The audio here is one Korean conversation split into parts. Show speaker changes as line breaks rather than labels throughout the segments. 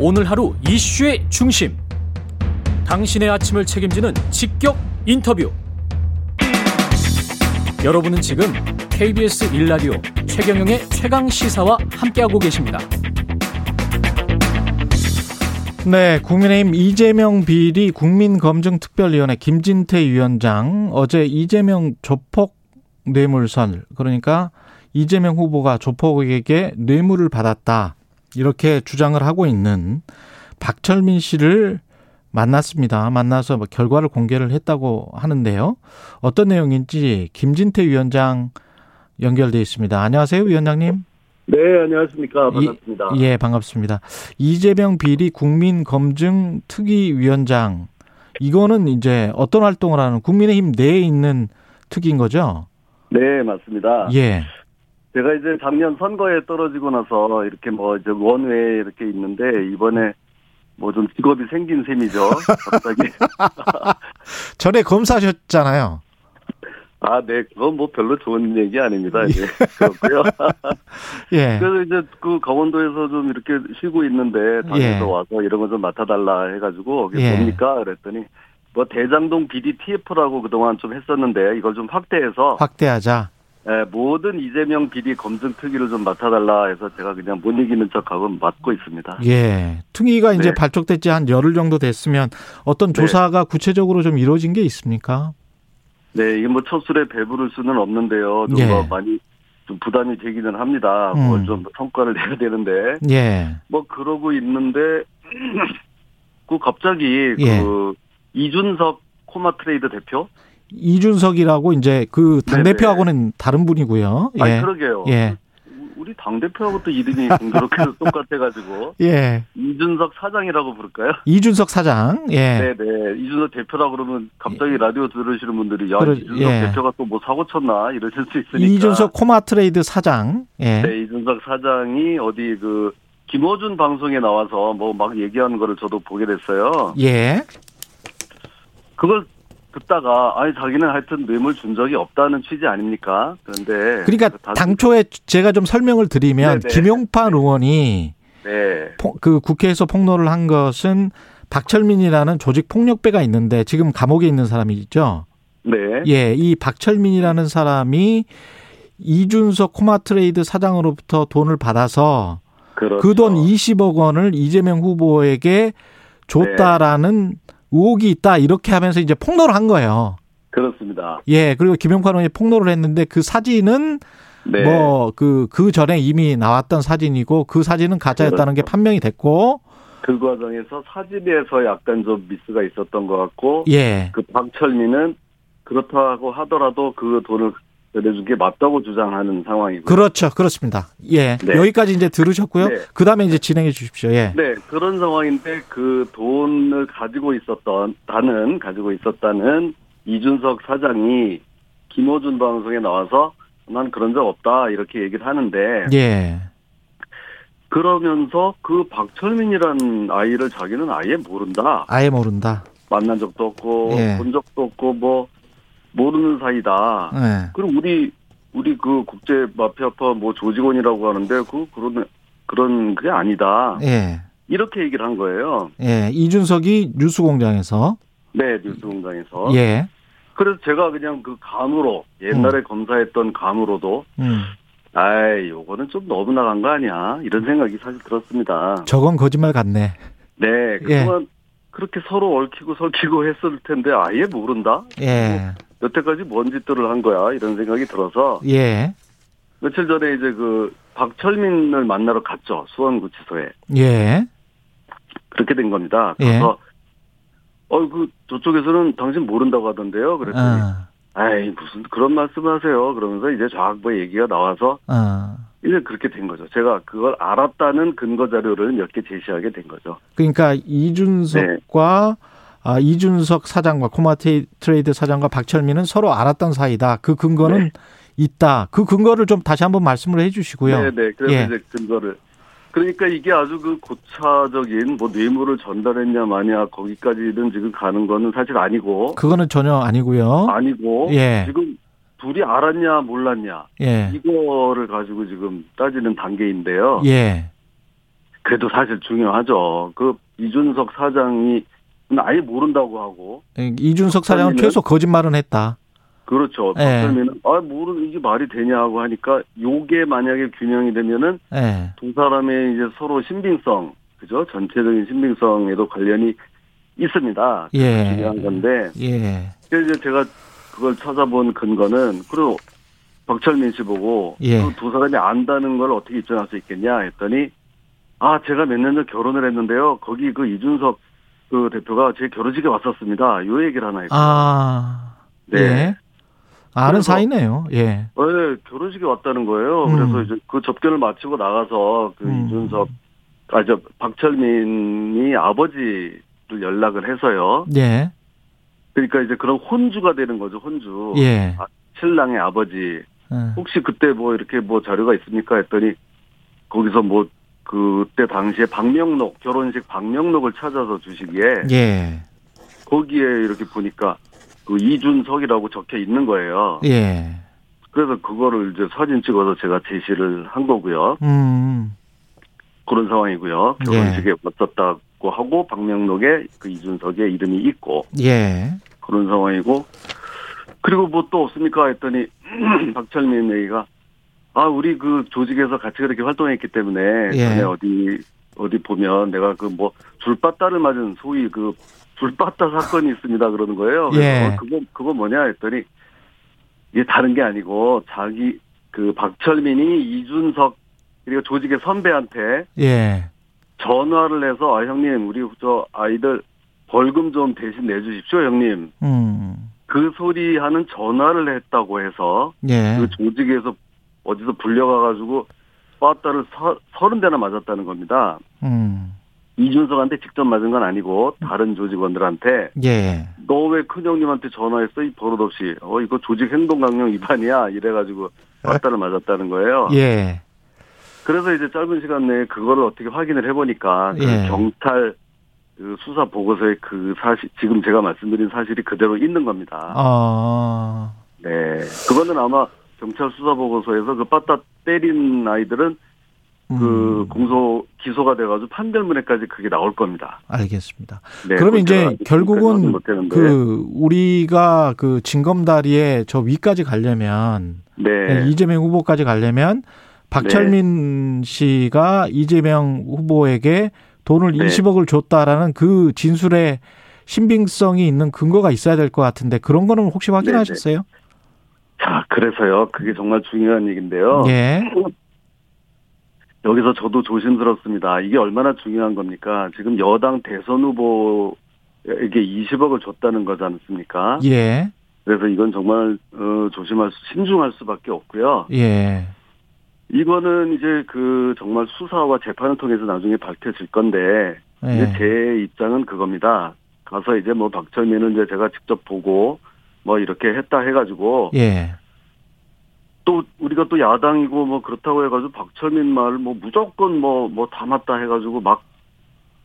오늘 하루 이슈의 중심. 당신의 아침을 책임지는 직격 인터뷰. 여러분은 지금 KBS 일라디오 최경영의 최강 시사와 함께하고 계십니다.
네, 국민의힘 이재명 비리 국민검증특별위원회 김진태 위원장 어제 이재명 조폭 뇌물설 그러니까 이재명 후보가 조폭에게 뇌물을 받았다 이렇게 주장을 하고 있는 박철민 씨를 만났습니다. 만나서 뭐 결과를 공개를 했다고 하는데요. 어떤 내용인지 김진태 위원장 연결돼 있습니다. 안녕하세요, 위원장님.
네, 안녕하십니까.
이-
반갑습니다.
예, 반갑습니다. 이재명 비리 국민 검증 특위 위원장 이거는 이제 어떤 활동을 하는 국민의힘 내에 있는 특위인 거죠?
네, 맞습니다.
예,
제가 이제 작년 선거에 떨어지고 나서 이렇게 뭐 이제 원외에 이렇게 있는데 이번에 뭐 좀 직업이 생긴 셈이죠. 갑자기.
전에 검사셨잖아요.
아, 네. 그건 뭐 별로 좋은 얘기 아닙니다. 예. 그렇고요.
예,
그래서 이제 그 강원도에서 좀 이렇게 쉬고 있는데 당에서
예.
와서 이런 거 좀 맡아달라 해가지고 그게
예.
뭡니까? 그랬더니 뭐 대장동 BD TF라고 그동안 좀 했었는데 이걸 좀 확대해서
확대하자.
예, 모든 이재명 비리 검증 특위를 좀 맡아달라 해서 제가 그냥 못 이기는 척하고 맡고 있습니다.
예, 특위가 이제
네.
발족됐지 한 열흘 정도 됐으면 어떤
네.
조사가 구체적으로 좀 이루어진 게 있습니까?
네, 이게 뭐 첫술에 배부를 수는 없는데요. 좀
예.
뭐 많이 좀 부담이 되기는 합니다. 뭐
음.
좀 성과를 내야 되는데
예,
뭐 그러고 있는데 그 갑자기
예.
그 이준석 코마 트레이드 대표?
이준석이라고 이제 그당
네네.
대표하고는 다른 분이고요. 예,
아니 그러게요.
예,
우리 당 대표하고 또 이름이 그렇게 똑같아가지고
예,
이준석 사장이라고 부를까요?
이준석 사장. 예,
네네. 이준석 대표라 그러면 갑자기 라디오 들으시는 분들이 야
그러-
이준석
예.
대표가 또 뭐 사고 쳤나 이러실 수 있으니까.
이준석 코마 트레이드 사장. 예.
네, 이준석 사장이 어디 그 김어준 방송에 나와서 뭐 막 얘기하는 거를 저도 보게 됐어요.
예.
그걸 듣다가 아니 자기는 하여튼 뇌물 준 적이 없다는 취지 아닙니까? 그런데
그러니까
다-
당초에 제가 좀 설명을 드리면
네네.
김용판 의원이
네.
포- 그 국회에서 폭로를 한 것은 박철민이라는 조직 폭력배가 있는데 지금 감옥에 있는 사람이 있죠.
네.
예, 이 박철민이라는 사람이 이준석 코마트레이드 사장으로부터 돈을 받아서
그렇죠.
그 돈 20억 원을 이재명 후보에게
네.
줬다라는 의혹이 있다 이렇게 하면서 이제 폭로를 한 거예요.
그렇습니다.
예, 그리고 김용판 의원이 폭로를 했는데 그 사진은
네.
뭐 그 그 전에 이미 나왔던 사진이고 그 사진은 가짜였다는
그렇죠.
게 판명이 됐고
그 과정에서 사진에서 약간 좀 미스가 있었던 것 같고
예
그 박철민은 그렇다고 하더라도 그 돈을 내준 게 맞다고 주장하는 상황이고요.
그렇죠 그렇습니다 예
네.
여기까지 이제 들으셨고요
네.
그 다음에 이제 진행해 주십시오 예
네, 그런 상황인데 그 돈을 가지고 있었던 다는 가지고 있었다는 이준석 사장이 김호준 방송에 나와서 난 그런 적 없다 이렇게 얘기를 하는데
예.
그러면서 그 박철민이라는 아이를 자기는 아예 모른다
아예 모른다
만난 적도 없고
예.
본 적도 없고 뭐 모르는 사이다
예
그리고 우리 우리 그 국제 마피아파 뭐 조직원이라고 하는데 그 그런 그런 그게 아니다
예.
이렇게 얘기를 한 거예요.
예. 이준석이 뉴스공장에서
네 뉴스공장에서.
예
그래서 제가 그냥 그 감으로 옛날에 검사했던 감으로도
음.
아이 요거는 좀 너무 나간 거 아니야 이런 생각이 사실 들었습니다.
저건 거짓말 같네
네 그동안 그렇게 서로 얽히고 설키고 했을 텐데 아예 모른다 네.
예
여태까지 뭔 짓들을 한 거야 이런 생각이 들어서
예.
며칠 전에 이제 그 박철민을 만나러 갔죠 수원구치소에.
예.
그렇게 된 겁니다.
예.
그래서 어 그 저쪽에서는 당신 모른다고 하던데요. 그랬더니
어,
아이 무슨 그런 말씀하세요. 그러면서 이제 좌학부 얘기가 나와서
어.
이제 그렇게 된 거죠. 제가 그걸 알았다는 근거 자료를 몇 개 제시하게 된 거죠.
그러니까 이준석과
네.
아, 이준석 사장과 코마트 트레이드 사장과 박철민은 서로 알았던 사이다. 그 근거는
네.
있다. 그 근거를 좀 다시 한번 말씀을 해주시고요.
네, 네. 그래서
예.
이제 근거를 그러니까 이게 아주 그 고차적인 뭐 뇌물을 전달했냐 마냐 거기까지는 지금 가는 거는 사실 아니고
그거는 전혀 아니고요.
아니고
어? 예.
지금 둘이 알았냐 몰랐냐
예,
이거를 가지고 지금 따지는 단계인데요.
예,
그래도 사실 중요하죠. 그 이준석 사장이 아예 모른다고 하고
이준석 사장은
박철민은-
최소 거짓말은 했다.
그렇죠.
예.
박철민은 아 모르는 이게 말이 되냐고 하니까 요게 만약에 균형이 되면은
예.
두 사람의 이제 서로 신빙성 그죠 전체적인 신빙성에도 관련이 있습니다.
예.
중요한 건데
예.
그래서 이제 제가 그걸 찾아본 근거는 그리고 박철민 씨 보고
예.
그두 사람이 안다는 걸 어떻게 입증할 수 있겠냐 했더니 아 제가 몇 년 전 결혼을 했는데요 거기 그 이준석 그 대표가 제 결혼식에 왔었습니다 요 얘기를 하나 했고
아.
네
예. 아는
그래서-
사이네요. 예.
네, 결혼식에 왔다는 거예요 그래서
음.
이제 그 접견을 마치고 나가서 그
음.
이준석 아저 박철민이 아버지를 연락을 해서요
예.
그러니까 이제 그런 혼주가 되는 거죠 혼주
예.
아, 신랑의 아버지
예.
혹시 그때 뭐 이렇게 뭐 자료가 있습니까 했더니 거기서 뭐 그때 당시에 방명록 결혼식 방명록을 찾아서 주시기에
예.
거기에 이렇게 보니까 그 이준석이라고 적혀 있는 거예요.
예.
그래서 그거를 이제 사진 찍어서 제가 제시를 한 거고요.
음.
그런 상황이고요. 결혼식에 왔었다고 하고 방명록에 그 이준석의 이름이 있고
예.
그런 상황이고 그리고 뭐 또 없습니까 했더니 박철민 얘기가 아 우리 그 조직에서 같이 그렇게 활동했기 때문에
예.
전에 어디 어디 보면 내가 그 뭐 줄바따를 맞은 소위 그 줄바따 사건이 있습니다 그러는 거예요. 그래서
예.
어, 그거 그거 뭐냐 했더니 이게 다른 게 아니고 자기 그 박철민이 이준석 그리고 조직의 선배한테
예.
전화를 해서 아 형님 우리 저 아이들 벌금 좀 대신 내주십시오 형님
음.
그 소리 하는 전화를 했다고 해서
예.
그 조직에서 어디서 불려가가지고 빠따를 서- 서른 대나 맞았다는 겁니다.
음.
이준석한테 직접 맞은 건 아니고 다른 조직원들한테
예.
너 왜 큰형님한테 전화했어? 이 버릇없이 어 이거 조직 행동 강령 위반이야 이래가지고 빠따를 맞았다는 거예요.
예.
그래서 이제 짧은 시간 내에 그거를 어떻게 확인을 해보니까 그
예.
경찰 그 수사 보고서에 그 사실 지금 제가 말씀드린 사실이 그대로 있는 겁니다.
아.
네. 그거는 아마 경찰 수사 보고서에서 그 빠따 때린 아이들은
음.
그 공소 기소가 돼가지고 판결문에까지 그게 나올 겁니다.
알겠습니다.
네.
그럼 이제
그건 제가
결국은
말씀을 못했는데.
그 우리가 그 징검다리에 저 위까지 가려면
네.
이재명 후보까지 가려면 박철민 씨가 이재명 후보에게 돈을
네.
20억을 줬다라는 그 진술에 신빙성이 있는 근거가 있어야 될 것 같은데 그런 거는
네,
혹시 확인하셨어요?
자, 그래서요. 그게 정말 중요한 얘기인데요.
예.
여기서 저도 조심스럽습니다. 이게 얼마나 중요한 겁니까? 지금 여당 대선 후보에게 20억을 줬다는 거지 않습니까?
예.
그래서 이건 정말 어, 조심할 수, 신중할 수밖에 없고요.
예.
이거는 이제 그 정말 수사와 재판을 통해서 나중에 밝혀질 건데 이제
예.
제 입장은 그겁니다. 가서 이제 뭐 박철민은 이제 제가 직접 보고 뭐 이렇게 했다 해가지고
예.
또 우리가 또 야당이고 뭐 그렇다고 해가지고 박철민 말 뭐 무조건 뭐 뭐 담았다 해가지고 막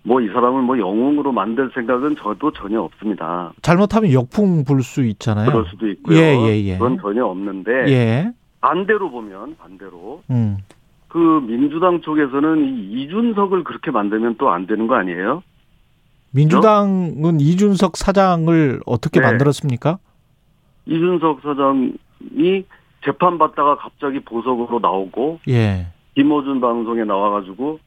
뭐 이 사람을 뭐 영웅으로 만들 생각은 저도 전혀 없습니다.
잘못하면 역풍 불 수 있잖아요.
그럴 수도 있고요.
예, 예, 예.
그건 전혀 없는데
예.
반대로 보면 반대로
음.
그 민주당 쪽에서는 이 이준석을 그렇게 만들면 또 안 되는 거 아니에요?
민주당은 이준석 사장을 어떻게
네.
만들었습니까?
이준석 사장이 재판받다가 갑자기 보석으로 나오고
예.
김호준 방송에 나와가지고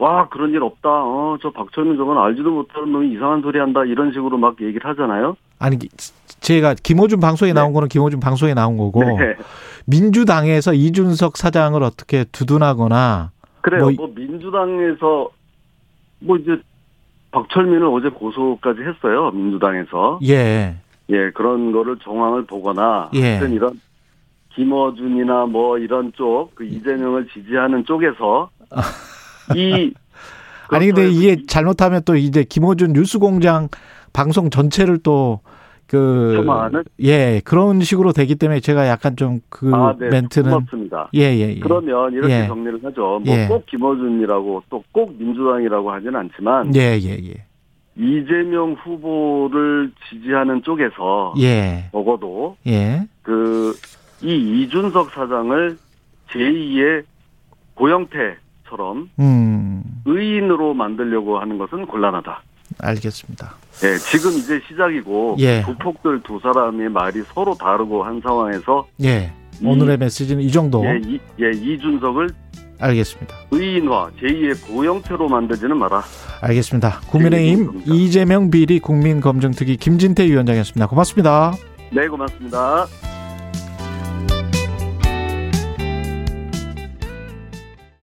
와 그런 일 없다. 어 저 박철민 저건 알지도 못하는 놈이 이상한 소리 한다 이런 식으로 막 얘기를 하잖아요.
아니 기- 제가 김호준 방송에 나온 거는 김호준 방송에 나온 거고
네.
민주당에서 이준석 사장을 어떻게 두둔하거나
그래요.
뭐
뭐,
이-
민주당에서 뭐 이제 박철민을 어제 고소까지 했어요. 민주당에서
예.
예 그런 거를 정황을 보거나
예.
하여튼 이런 김어준이나 뭐 이런 쪽 그
예.
이재명을 지지하는 쪽에서 이
아니 근데
그렇죠.
이게 잘못하면 또 이제 김호준 뉴스공장 방송 전체를 또그
폄하하는?
예, 그런 식으로 되기 때문에 제가 약간 좀 그
아, 네,
멘트는
고맙습니다.
예, 예, 예.
그러면 이렇게
예.
정리를 하죠.
예.
뭐 꼭 김어준이라고 또 꼭 민주당이라고 하진 않지만
예, 예, 예.
이재명 후보를 지지하는 쪽에서
예.
적어도
예.
그 이 이준석 사장을 제2의 고영태 것처럼
음,
의인으로 만들려고 하는 것은 곤란하다.
알겠습니다.
예, 지금 이제 시작이고
예.
두 폭들 두 사람의 말이 서로 다르고 한 상황에서
예.
이-
오늘의 메시지는 이 정도.
음. 예, 이, 예, 이준석을
알겠습니다.
의인화 제2의 고형태로 만들지는 마라.
알겠습니다. 국민의힘
감사합니다.
이재명 비리 국민검증특위 김진태 위원장이었습니다. 고맙습니다.
네, 고맙습니다.